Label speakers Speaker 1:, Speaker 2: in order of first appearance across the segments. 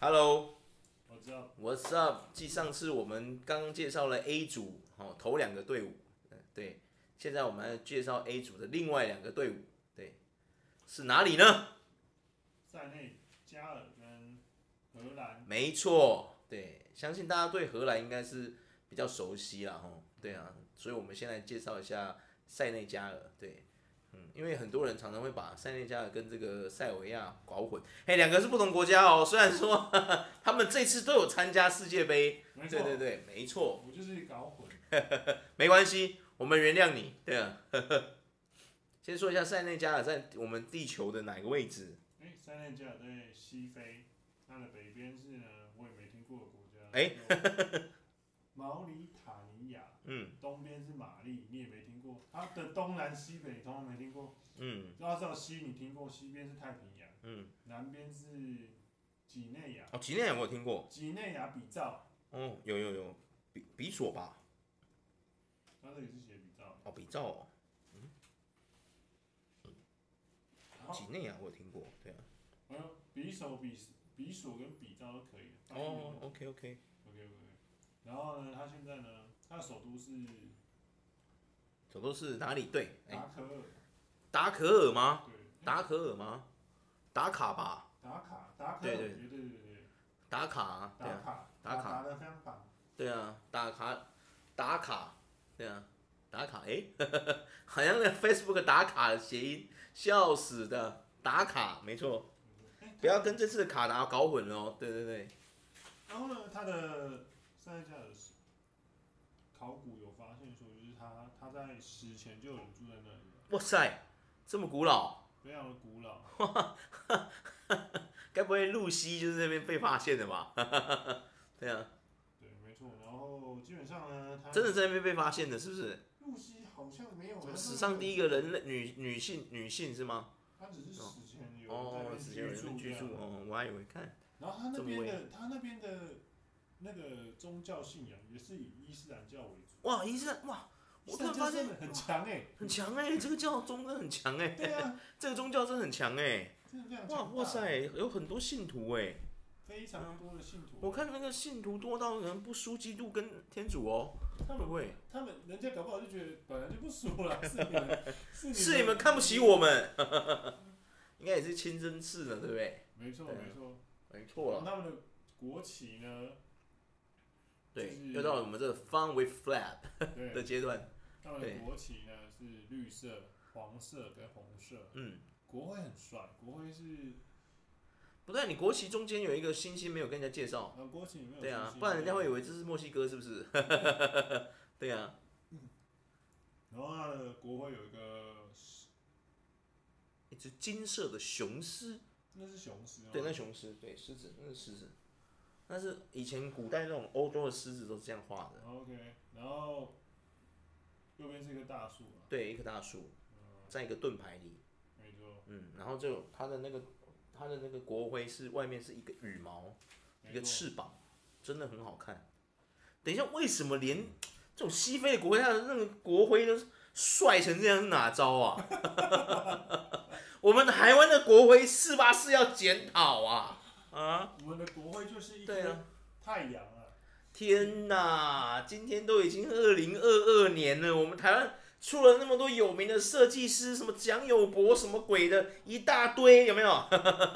Speaker 1: Hello，
Speaker 2: 我知道，
Speaker 1: What's up？继上次我们刚介绍了 A 组哦，头两个队伍，嗯，对，现在我们要介绍 A 组的另外两个队伍，对，是哪里呢？
Speaker 2: 在内加尔跟荷兰，
Speaker 1: 没错，对，相信大家对荷兰应该是比较熟悉啦，吼，对啊，所以我们先来介绍一下塞内加尔，对，嗯，因为很多人常常会把塞内加尔跟这个塞尔维亚搞混，哎，两个是不同国家哦，虽然说 哈哈他们这次都有参加世界杯，
Speaker 2: 没错，
Speaker 1: 对对对，没错，
Speaker 2: 我就是搞混。
Speaker 1: 没关系，我们原谅你，对啊。 先说一下塞内加尔在我们地球的哪个位置？
Speaker 2: 哎、塞内加尔在西非，它的北边是呢，我也没听过的国家。
Speaker 1: 哎
Speaker 2: 有 毛里塔尼亚，
Speaker 1: 嗯
Speaker 2: 东边是马利，你也没听过。它的东南西北你通通没听过，
Speaker 1: 嗯
Speaker 2: 主要是有西你听过，西边是太平洋，
Speaker 1: 嗯，
Speaker 2: 南边是几内亚，
Speaker 1: 哦，几内亚我有听过，
Speaker 2: 几内亚比照，
Speaker 1: 哦，有有有，比比索吧，
Speaker 2: 它这里是写比照。
Speaker 1: 哦，比照哦，
Speaker 2: 然后
Speaker 1: 几内亚我有听过，对啊，
Speaker 2: 哎呦，比手比比索跟比照都可以。
Speaker 1: 哦，OK OK，
Speaker 2: OK OK，然后呢，他现在呢，他的首都是
Speaker 1: 首都是哪里？对，哎、
Speaker 2: 达科尔，
Speaker 1: 达可尔吗？
Speaker 2: 对，
Speaker 1: 达可尔吗？达卡吧，
Speaker 2: 达卡，达科
Speaker 1: 对
Speaker 2: 尔，
Speaker 1: 对
Speaker 2: 对对对对，
Speaker 1: 达卡，对
Speaker 2: 达
Speaker 1: 啊，
Speaker 2: 卡，
Speaker 1: 达卡
Speaker 2: 打的非常棒，
Speaker 1: 对啊，打卡，打卡，对啊，打卡，哎、 好像那 Facebook 打卡的谐音，笑死的，打卡，没错，
Speaker 2: 哎
Speaker 1: 嗯不要跟这次的卡达搞混了哦，对对对，
Speaker 2: 然后呢，他的塞内加尔是考古有发现说，就是他他在史前就有人住在那里了，
Speaker 1: 哇塞，这么古老，
Speaker 2: 非常的古老，
Speaker 1: 该不会露西就是那边被发现的吧？ 对啊，
Speaker 2: 对，没错。然后基本上呢，他
Speaker 1: 真的在那边被发现的，是不是？
Speaker 2: 露西好像没有
Speaker 1: 什么史上第
Speaker 2: 一，
Speaker 1: 一个人类女女性女性是吗？
Speaker 2: 他只是史前有人在那
Speaker 1: 哦
Speaker 2: 边，
Speaker 1: 史前有人类居住
Speaker 2: 这样
Speaker 1: 哦，我还以为看
Speaker 2: 然后他那
Speaker 1: 这么
Speaker 2: 边
Speaker 1: 威
Speaker 2: 的他那边的那个宗教信仰也是以伊斯兰教为主。
Speaker 1: 哇，伊斯兰哇，我突然发现
Speaker 2: 伊斯兰教真的很强哎、
Speaker 1: 很强哎、这个教宗真的很强哎、
Speaker 2: 对啊，
Speaker 1: 这个宗教真的很强哎、
Speaker 2: 真的非常
Speaker 1: 哇
Speaker 2: 啊强大
Speaker 1: 哇，塞，有很多信徒哎、
Speaker 2: 非常多的信徒。
Speaker 1: 我看那个信徒多到可能不输基督跟天主哦，会
Speaker 2: 他
Speaker 1: 不
Speaker 2: 们
Speaker 1: 会
Speaker 2: 他们人家搞不好就觉得本来就不熟了，是 你们是你
Speaker 1: 是你们看不起我们？ 应该也是清真寺呢，对不对？
Speaker 2: 没错
Speaker 1: 对啊
Speaker 2: 没错，
Speaker 1: 没错啊了，
Speaker 2: 他们的国旗 呢，
Speaker 1: 对
Speaker 2: 就是，
Speaker 1: 又到了我们这个 fun with flag 的
Speaker 2: 对，
Speaker 1: 阶段，
Speaker 2: 他们
Speaker 1: 对
Speaker 2: 的国旗呢是绿色、黄色跟红色。
Speaker 1: 嗯，
Speaker 2: 国徽很帅，国徽是
Speaker 1: 不对，你国旗中间有一个星星没有跟人家介绍，
Speaker 2: 呃国旗里面有
Speaker 1: 对啊
Speaker 2: 星，星
Speaker 1: 不然人家会以为这是墨西哥是不是？ 对啊，
Speaker 2: 然后他的国徽有一个，
Speaker 1: 一只金色的雄狮，
Speaker 2: 那是雄狮吗？
Speaker 1: 对，那雄狮，对，狮子，那是狮子，但是以前古代那种欧洲的狮子都是这样画的，
Speaker 2: OK，然后右边是一个大树啊，
Speaker 1: 对，一棵大树，
Speaker 2: 嗯，
Speaker 1: 在一个盾牌里，
Speaker 2: 没错，
Speaker 1: 嗯，然后就有它的那个它的那个国徽是外面是一个羽毛，一
Speaker 2: 没
Speaker 1: 个
Speaker 2: 错，
Speaker 1: 翅膀，真的很好看。等一下，为什么连这种西非的国徽，它的那个国徽都帅成这样是哪招啊？ 我们台湾的国徽四八四要检讨啊！啊，
Speaker 2: 我们的国徽就是一
Speaker 1: 对啊
Speaker 2: 颗太阳啊，
Speaker 1: 天哪，今天都已经二零二二年了，我们台湾出了那么多有名的设计师，什么蒋友柏什么鬼的一大堆，有没有？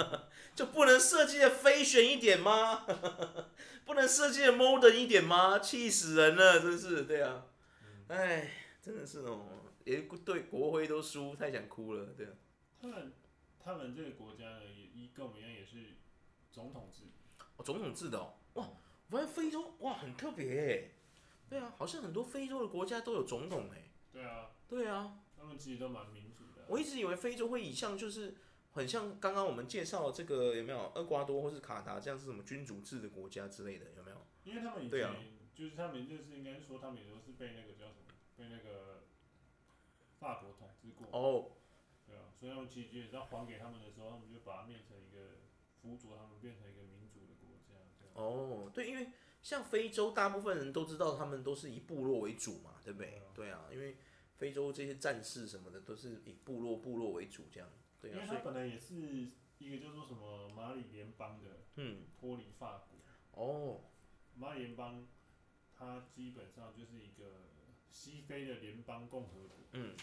Speaker 1: 就不能设计的飞旋一点吗？ 不能设计的 modern 一点吗？气死人了，真是对啊，哎，真的是哦，连对国徽都输，太想哭了，对啊，
Speaker 2: 他们他们这个国家呢，也一跟我们一样也是总统制，
Speaker 1: 哦、总统制的哦，哇，我发现非洲哇很特别耶，对啊，好像很多非洲的国家都有总统哎，
Speaker 2: 对啊，
Speaker 1: 对啊。
Speaker 2: 他们其实都蛮民主的啊，
Speaker 1: 我一直以为非洲会以像就是很像刚刚我们介绍的这个有没有厄瓜多或是卡达这样是什么君主制的国家之类的有没有？
Speaker 2: 因为他们以
Speaker 1: 对
Speaker 2: 前、
Speaker 1: 啊
Speaker 2: 就是他们就是应该说他们也都是被那个叫什么，被那个法国统治过，
Speaker 1: 哦，
Speaker 2: 对啊，所以他们其实也是要还给他们的时候，他们就把它变成一个辅佐他们变成一个民主的国家，对啊。
Speaker 1: 哦，对，因为像非洲大部分人都知道他们都是以部落为主嘛，对不对
Speaker 2: 对啊？
Speaker 1: 对啊，因为非洲这些战士什么的都是以部落部落为主这样，对
Speaker 2: 因为
Speaker 1: 啊，
Speaker 2: 他
Speaker 1: 所以
Speaker 2: 本来也是一个叫做什么马里联邦的
Speaker 1: 嗯，
Speaker 2: 脱离法国，
Speaker 1: 哦，
Speaker 2: 马里联邦它基本上就是一个西非的联邦共和国，
Speaker 1: 嗯，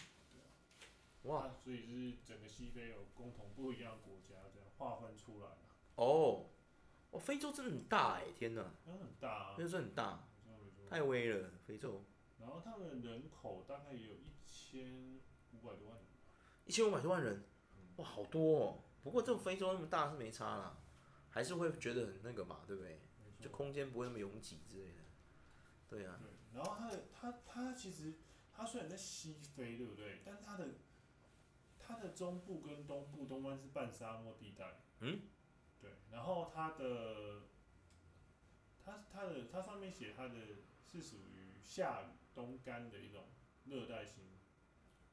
Speaker 1: 哇，
Speaker 2: 它所以是整个西非有共同不一样的国家这样划分出来啊的，
Speaker 1: 哦，哦，非洲真的很大哎，天哪，
Speaker 2: 那很大啊，
Speaker 1: 非洲真的很大，
Speaker 2: 没错没错
Speaker 1: 太威了，非洲
Speaker 2: 然后他们人口大概有一千五百多万人吧，
Speaker 1: 一千五百多万人，哇，好多哦。不过这个非洲那么大是没差啦，还是会觉得很那个嘛，对不对？
Speaker 2: 没错
Speaker 1: 就空间不会那么拥挤之类的。对啊，
Speaker 2: 对，然后他的他他其实他虽然在西非，对不对？但他的他的中部跟东部东湾是半沙漠地带，
Speaker 1: 嗯，
Speaker 2: 对。然后他的他他的他上面写他的是属于下雨冬干的一种热带型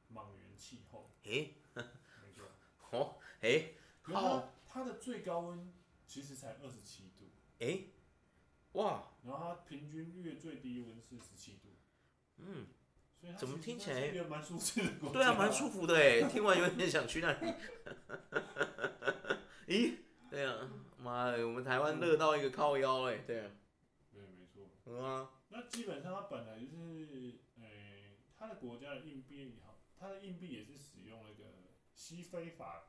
Speaker 2: 莽原气候，
Speaker 1: 诶，
Speaker 2: 没错。
Speaker 1: 哦，诶，
Speaker 2: 然后
Speaker 1: 好
Speaker 2: 它它的最高温其实才二十七度，
Speaker 1: 诶，哇，
Speaker 2: 然后它平均月最低温是十七度。
Speaker 1: 嗯，
Speaker 2: 所以它
Speaker 1: 怎么
Speaker 2: 其实
Speaker 1: 听起
Speaker 2: 算是
Speaker 1: 来
Speaker 2: 一个蛮舒适的国家？
Speaker 1: 对啊，蛮舒服的诶，听完有点想去那里。咦，对啊，妈的，我们台湾热到一个靠腰诶，对啊，
Speaker 2: 对，没错。
Speaker 1: 嗯啊，
Speaker 2: 那基本上它本来就是，呃，它的国家的硬币也好，它的硬币也是使用那个西非法，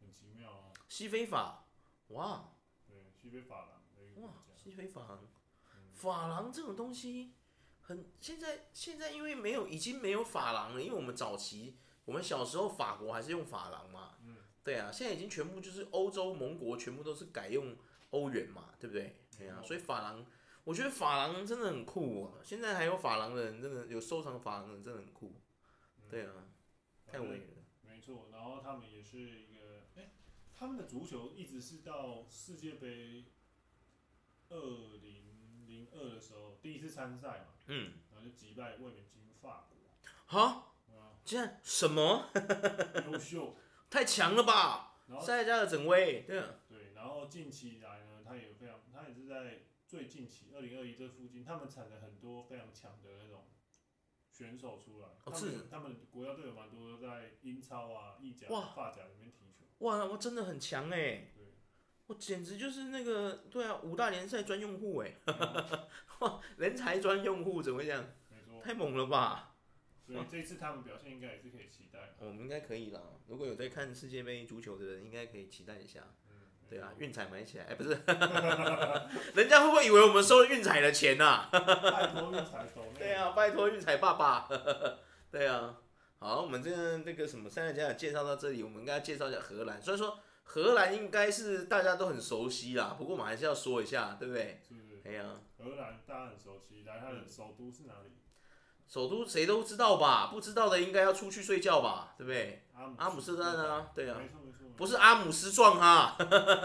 Speaker 2: 很奇妙哦。
Speaker 1: 西非法，哇
Speaker 2: 对，西非法郎的一个国
Speaker 1: 哇，
Speaker 2: 家。
Speaker 1: 西非法，
Speaker 2: 嗯
Speaker 1: 法郎这种东西很现在现在因为没有已经没有法郎了，因为我们早期我们小时候法国还是用法郎嘛，
Speaker 2: 嗯，
Speaker 1: 对啊，现在已经全部就是欧洲盟国全部都是改用欧元嘛，对不对？对啊，
Speaker 2: 嗯
Speaker 1: 所以法郎，我觉得法郎真的很酷啊！现在还有法郎的人，真的有收藏法郎的人真的很酷，
Speaker 2: 嗯
Speaker 1: 对啊，太
Speaker 2: 反
Speaker 1: 威
Speaker 2: 正
Speaker 1: 了。
Speaker 2: 没错，然后他们也是一个，哎、他们的足球一直是到世界杯二零零二的时候第一次参赛嘛，
Speaker 1: 嗯，
Speaker 2: 然后就击败卫冕军法国，
Speaker 1: 哈，
Speaker 2: 啊，
Speaker 1: 竟然什么
Speaker 2: 优秀。
Speaker 1: 太强了吧？
Speaker 2: 然后
Speaker 1: 塞尔加的整威，对啊，
Speaker 2: 对，然后近期以来呢，他也非常，他也是在最近期二零二一这附近，他们产了很多非常强的那种选手出来，他
Speaker 1: 哦是
Speaker 2: 们他们国家队有蛮多都在英超啊、意甲、
Speaker 1: 哇
Speaker 2: 法甲里面踢球，
Speaker 1: 哇，我真的很强哎、
Speaker 2: 对。
Speaker 1: 我简直就是那个对啊，五大联赛专用户哎、 哇，人才专用户怎么会这样？
Speaker 2: 没错，
Speaker 1: 太猛了吧！
Speaker 2: 所以这次他们表现应该也是可以期待。
Speaker 1: 我们应该可以啦。如果有在看世界杯足球的人，应该可以期待一下。
Speaker 2: 嗯，
Speaker 1: 对啊，
Speaker 2: 没
Speaker 1: 运彩买起来，哎、不是， 人家会不会以为我们收了运彩的钱呐、
Speaker 2: 错拜托运彩投 那。
Speaker 1: 对啊，，拜托运彩爸爸。 对啊，好，我们这个那个什么三个家的介绍到这里，我们应该介绍一下荷兰。虽然说荷兰应该是大家都很熟悉啦，不过我们还是要说一下，对不对？
Speaker 2: 是不是？
Speaker 1: 哎呀、
Speaker 2: 荷兰大家很熟悉，来，它的首都是哪里？
Speaker 1: 首都谁都知道吧？不知道的应该要出去睡觉吧，对不对？
Speaker 2: 阿姆
Speaker 1: 阿姆斯特丹啊，对啊。
Speaker 2: 没错没错，
Speaker 1: 不
Speaker 2: 是
Speaker 1: 是阿姆斯壮哈，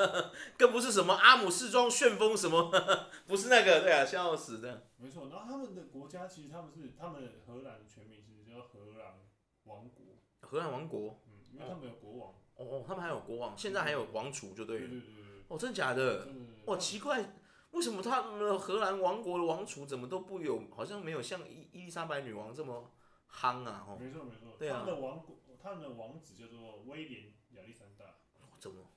Speaker 1: 更不是什么阿姆斯壮旋风什么， 不是那个，对啊，笑死的。
Speaker 2: 没错。然后他们的国家其实他们是他们荷兰的全名其实叫荷兰王国，
Speaker 1: 荷兰王国，
Speaker 2: 嗯，因为他们有国王。
Speaker 1: 哦哦，他们还有国王，现在还有王储就对呃
Speaker 2: 对
Speaker 1: 了。
Speaker 2: 对对对，
Speaker 1: 哦，真假的？
Speaker 2: 真的。
Speaker 1: 哇，奇怪，为什么他们的荷兰王国的王储怎么都不有，好像没有像伊伊丽莎白女王这么夯啊？哦，
Speaker 2: 没错没错，
Speaker 1: 对啊
Speaker 2: 他们的王国，他们的王子叫做威廉亚历山大，
Speaker 1: 怎么？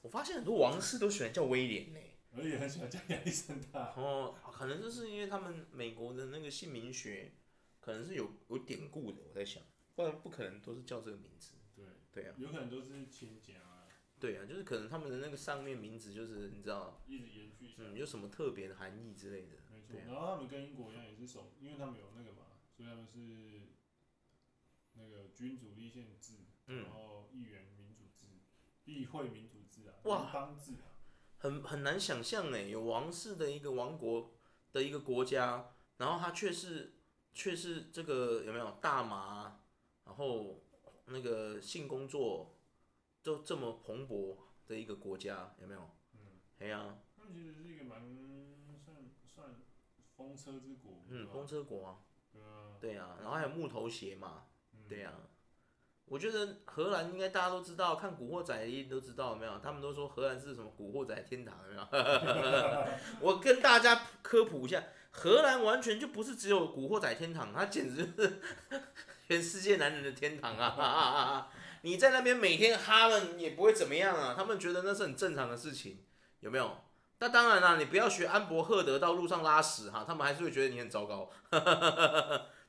Speaker 1: 我发现很多王室都喜欢叫威廉呢、
Speaker 2: 我也很喜欢叫亚历山大。
Speaker 1: 哦，可能就是因为他们美国的那个姓名学，可能是有有典故的，我在想，不然不可能都是叫这个名字。
Speaker 2: 对，
Speaker 1: 对啊，
Speaker 2: 有可能都是亲家啊，
Speaker 1: 对啊，就是可能他们的那个上面名字就是你知道，
Speaker 2: 一直延续下来
Speaker 1: 嗯，。有什么特别的含义之类的。
Speaker 2: 没错
Speaker 1: 对，啊
Speaker 2: 然后他们跟英国一样也是首，因为他们有那个嘛，所以他们是那个君主立宪制，
Speaker 1: 嗯
Speaker 2: 然后议员民主制、议会民主制啊，
Speaker 1: 哇
Speaker 2: 联邦制啊，
Speaker 1: 很很难想象哎，有王室的一个王国的一个国家，然后它却是却是这个有没有大麻，然后那个性工作就这么蓬勃的一个国家，有没有？
Speaker 2: 嗯，
Speaker 1: 哎呀、
Speaker 2: 他们其实是一个蛮算算风车之国，
Speaker 1: 嗯，
Speaker 2: 对吧
Speaker 1: 风车国啊，
Speaker 2: 对啊，
Speaker 1: 对啊，然后还有木头鞋嘛，
Speaker 2: 嗯
Speaker 1: 对啊。我觉得荷兰应该大家都知道，看《古惑仔》一定都知道，有没有？他们都说荷兰是什么《古惑仔天堂》，有没有？ 我跟大家科普一下，荷兰完全就不是只有 《古惑仔天堂》，它简直就是全世界男人的天堂啊！ 你在那边每天哈们也不会怎么样啊，他们觉得那是很正常的事情，有没有？那当然啦、你不要学安博赫德到路上拉屎哈，他们还是会觉得你很糟糕。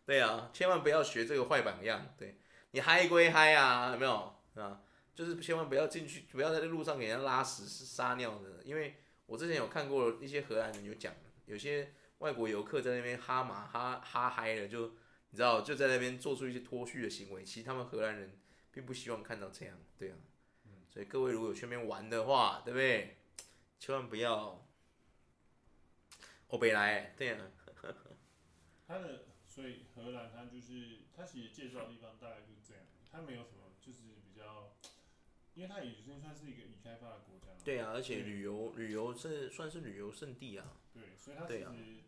Speaker 1: 对啊，千万不要学这个坏榜样。对你嗨归嗨啊，有没有啊？就是千万不要进去，不要在路上给人家拉屎撒尿的，因为我之前有看过一些荷兰人有讲，有些外国游客在那边哈麻哈哈嗨了，就你知道就在那边做出一些脱序的行为，其实他们荷兰人并不希望看到这样，对啊。所以各位如果有去那边玩的话，对不对？千万不要欧北来，对啊，
Speaker 2: 它的所以荷兰它就是它其实介绍的地方大概就是这样，它没有什么就是比较，因为它已经算是一个已开发的国家了，
Speaker 1: 对啊，而且旅游旅游是算是旅游胜地啊，
Speaker 2: 对，所以它其
Speaker 1: 对啊
Speaker 2: 实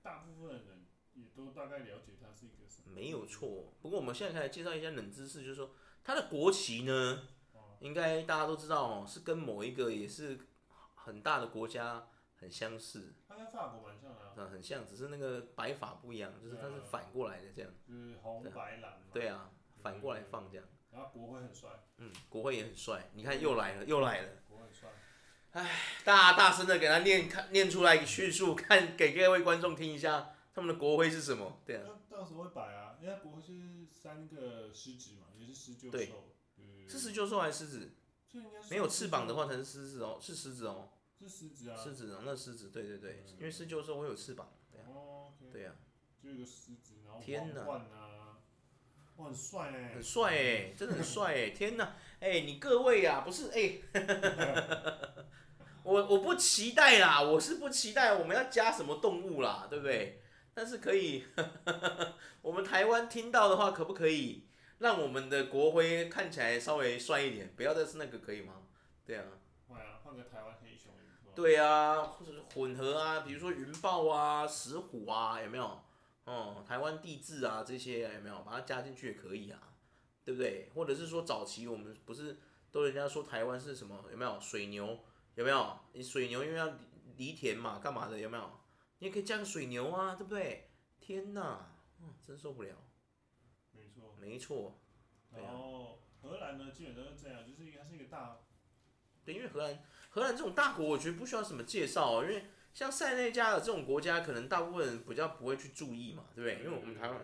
Speaker 2: 大部分人也都大概了解它是一个什么，
Speaker 1: 没有错。不过我们现在开始介绍一下冷知识，就是说它的国旗呢，应该大家都知道哦，是跟某一个也是很大的国家很相似，
Speaker 2: 它跟法国蛮像的、啊，
Speaker 1: 啊，很像，只是那个摆法不一样，就是它是反过来的这样。
Speaker 2: 就是红白蓝嘛，
Speaker 1: 对啊，反过来放这样。
Speaker 2: 然后国徽很帅，
Speaker 1: 嗯，国徽也很帅，你看又来了，又来了。
Speaker 2: 国徽很帅，
Speaker 1: 大大声的给他念看念出来叙述，看给各位观众听一下，他们的国徽是什么？对啊，
Speaker 2: 那到时候会摆啊，因为它国徽就是三个狮子嘛，也是狮鹫兽，
Speaker 1: 对
Speaker 2: 对对对
Speaker 1: 是狮鹫兽还是狮子？
Speaker 2: 这应该是
Speaker 1: 没有翅膀的话才是狮子哦，是狮子哦，
Speaker 2: 是狮子啊，
Speaker 1: 狮子哦，那狮子，对对对，因为狮鹫兽会有翅膀，对啊，
Speaker 2: 哦，OK，
Speaker 1: 对啊，
Speaker 2: 就一个狮子，然后
Speaker 1: 天哪
Speaker 2: 皇冠啊，哇，很帅哎、
Speaker 1: 很帅哎，真的很帅哎，天哪，哎，你各位啊，不是哎， 我我不期待啦，我是不期待我们要加什么动物啦，对不对？但是可以， 我们台湾听到的话，可不可以让我们的国徽看起来稍微帅一点，不要再是那个，可以吗？对啊，
Speaker 2: 换啊，换个台湾黑熊也不错。
Speaker 1: 对啊，或者是混合啊，比如说云豹啊、石虎啊，有没有？哦，台湾地质啊这些有没有把它加进去也可以啊，对不对？或者是说早期我们不是都人家说台湾是什么有没有水牛有没有？你水牛因为要犁犁田嘛，干嘛的有没有？你也可以加个水牛啊，对不对？天哪，嗯，真受不了。
Speaker 2: 没错。
Speaker 1: 没错，对啊
Speaker 2: 然后荷兰呢，基本都是这样，就是它是一个大，
Speaker 1: 对，因为荷兰荷兰这种大国，我觉得不需要什么介绍、哦，因为像塞内加尔这种国家，可能大部分人比较不会去注意嘛，对不对？因为我们台湾，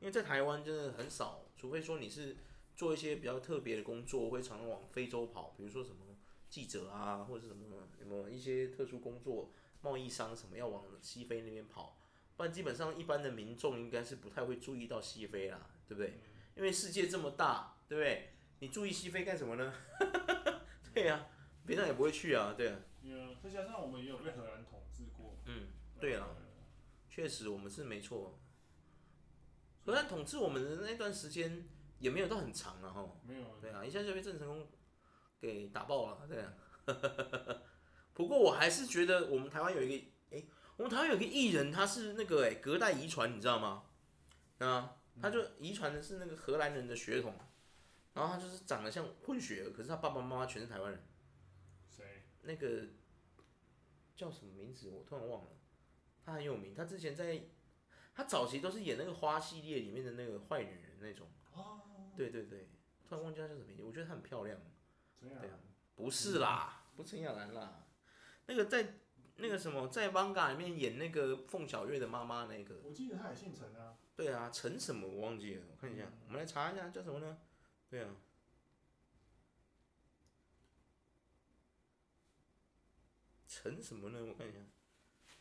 Speaker 1: 因为在台湾真的很少，除非说你是做一些比较特别的工作，会常常往非洲跑，比如说什么记者啊，或者什么什么一些特殊工作，贸易商什么要往西非那边跑，不然基本上一般的民众应该是不太会注意到西非啦，对不对？因为世界这么大，对不对？你注意西非干什么呢？ 对呀、平常也不会去啊，对啊，
Speaker 2: 因为嗯再加上我们也有被荷兰统治过。呃
Speaker 1: 嗯，对啊，确实我们是没错。荷兰统治我们的那段时间也没有到很长啊，吼，
Speaker 2: 没有，
Speaker 1: 对啊，一下就被郑成功给打爆了，对啊。啊 不过我还是觉得我们台湾有一个，诶，我们台湾有一个艺人，他是那个诶隔代遗传，你知道吗？啊，他就遗传的是那个荷兰人的血统，然后他就是长得像混血儿，可是他爸爸妈妈全是台湾人。
Speaker 2: 谁？
Speaker 1: 那个叫什么名字，我突然忘了。他很有名，他之前在他早期都是演那个花系列里面的那个坏女人那种。
Speaker 2: 哦，
Speaker 1: 对对对，突然忘记她叫什么名字，我觉得她很漂亮。
Speaker 2: 怎样
Speaker 1: 对？啊不是啦，嗯不是陈雅兰啦，那个在那个什么在《Vanga》里面演那个凤小岳的妈妈那个，
Speaker 2: 我记得他也姓陈啊。
Speaker 1: 对啊，陈什么我忘记了，我看一下，我们来查一下叫什么呢？对啊，陈什么呢？我看一下，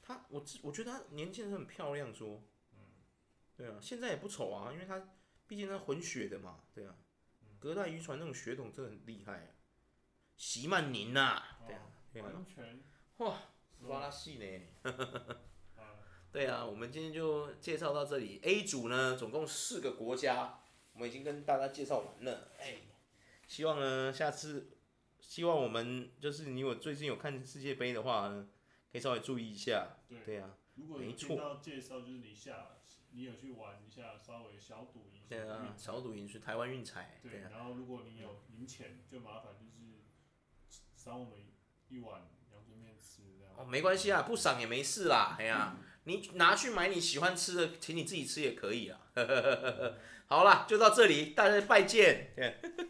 Speaker 1: 她我知我觉得她年轻的时候很漂亮，说，
Speaker 2: 嗯
Speaker 1: 对啊，现在也不丑啊，因为她毕竟她混血的嘛，对啊，
Speaker 2: 嗯
Speaker 1: 隔代遗传那种血统真的很厉害、啊，席曼宁呐、对啊
Speaker 2: 哦，
Speaker 1: 对啊，
Speaker 2: 完全
Speaker 1: 哇，哇啦系呢。
Speaker 2: 啊，
Speaker 1: 对啊，我们今天就介绍到这里。A 组呢，总共四个国家，我们已经跟大家介绍完了。哎，希望呢下次，希望我们就是你有最近有看世界杯的话呢，可以稍微注意一下。
Speaker 2: 对。
Speaker 1: 对啊，
Speaker 2: 如果有
Speaker 1: 没
Speaker 2: 听到介绍，就是你下，你有去玩一下，稍微小赌一下。
Speaker 1: 对啊，小赌赢是台湾运彩。
Speaker 2: 对，
Speaker 1: 啊，
Speaker 2: 然后如果你有零钱，就麻烦就是赏我们一碗阳春面吃这样。
Speaker 1: 哦，没关系啊，不赏也没事啦。哎呀，你拿去买你喜欢吃的， 请你自己吃也可以啊。好啦，就到这里，大家拜见。对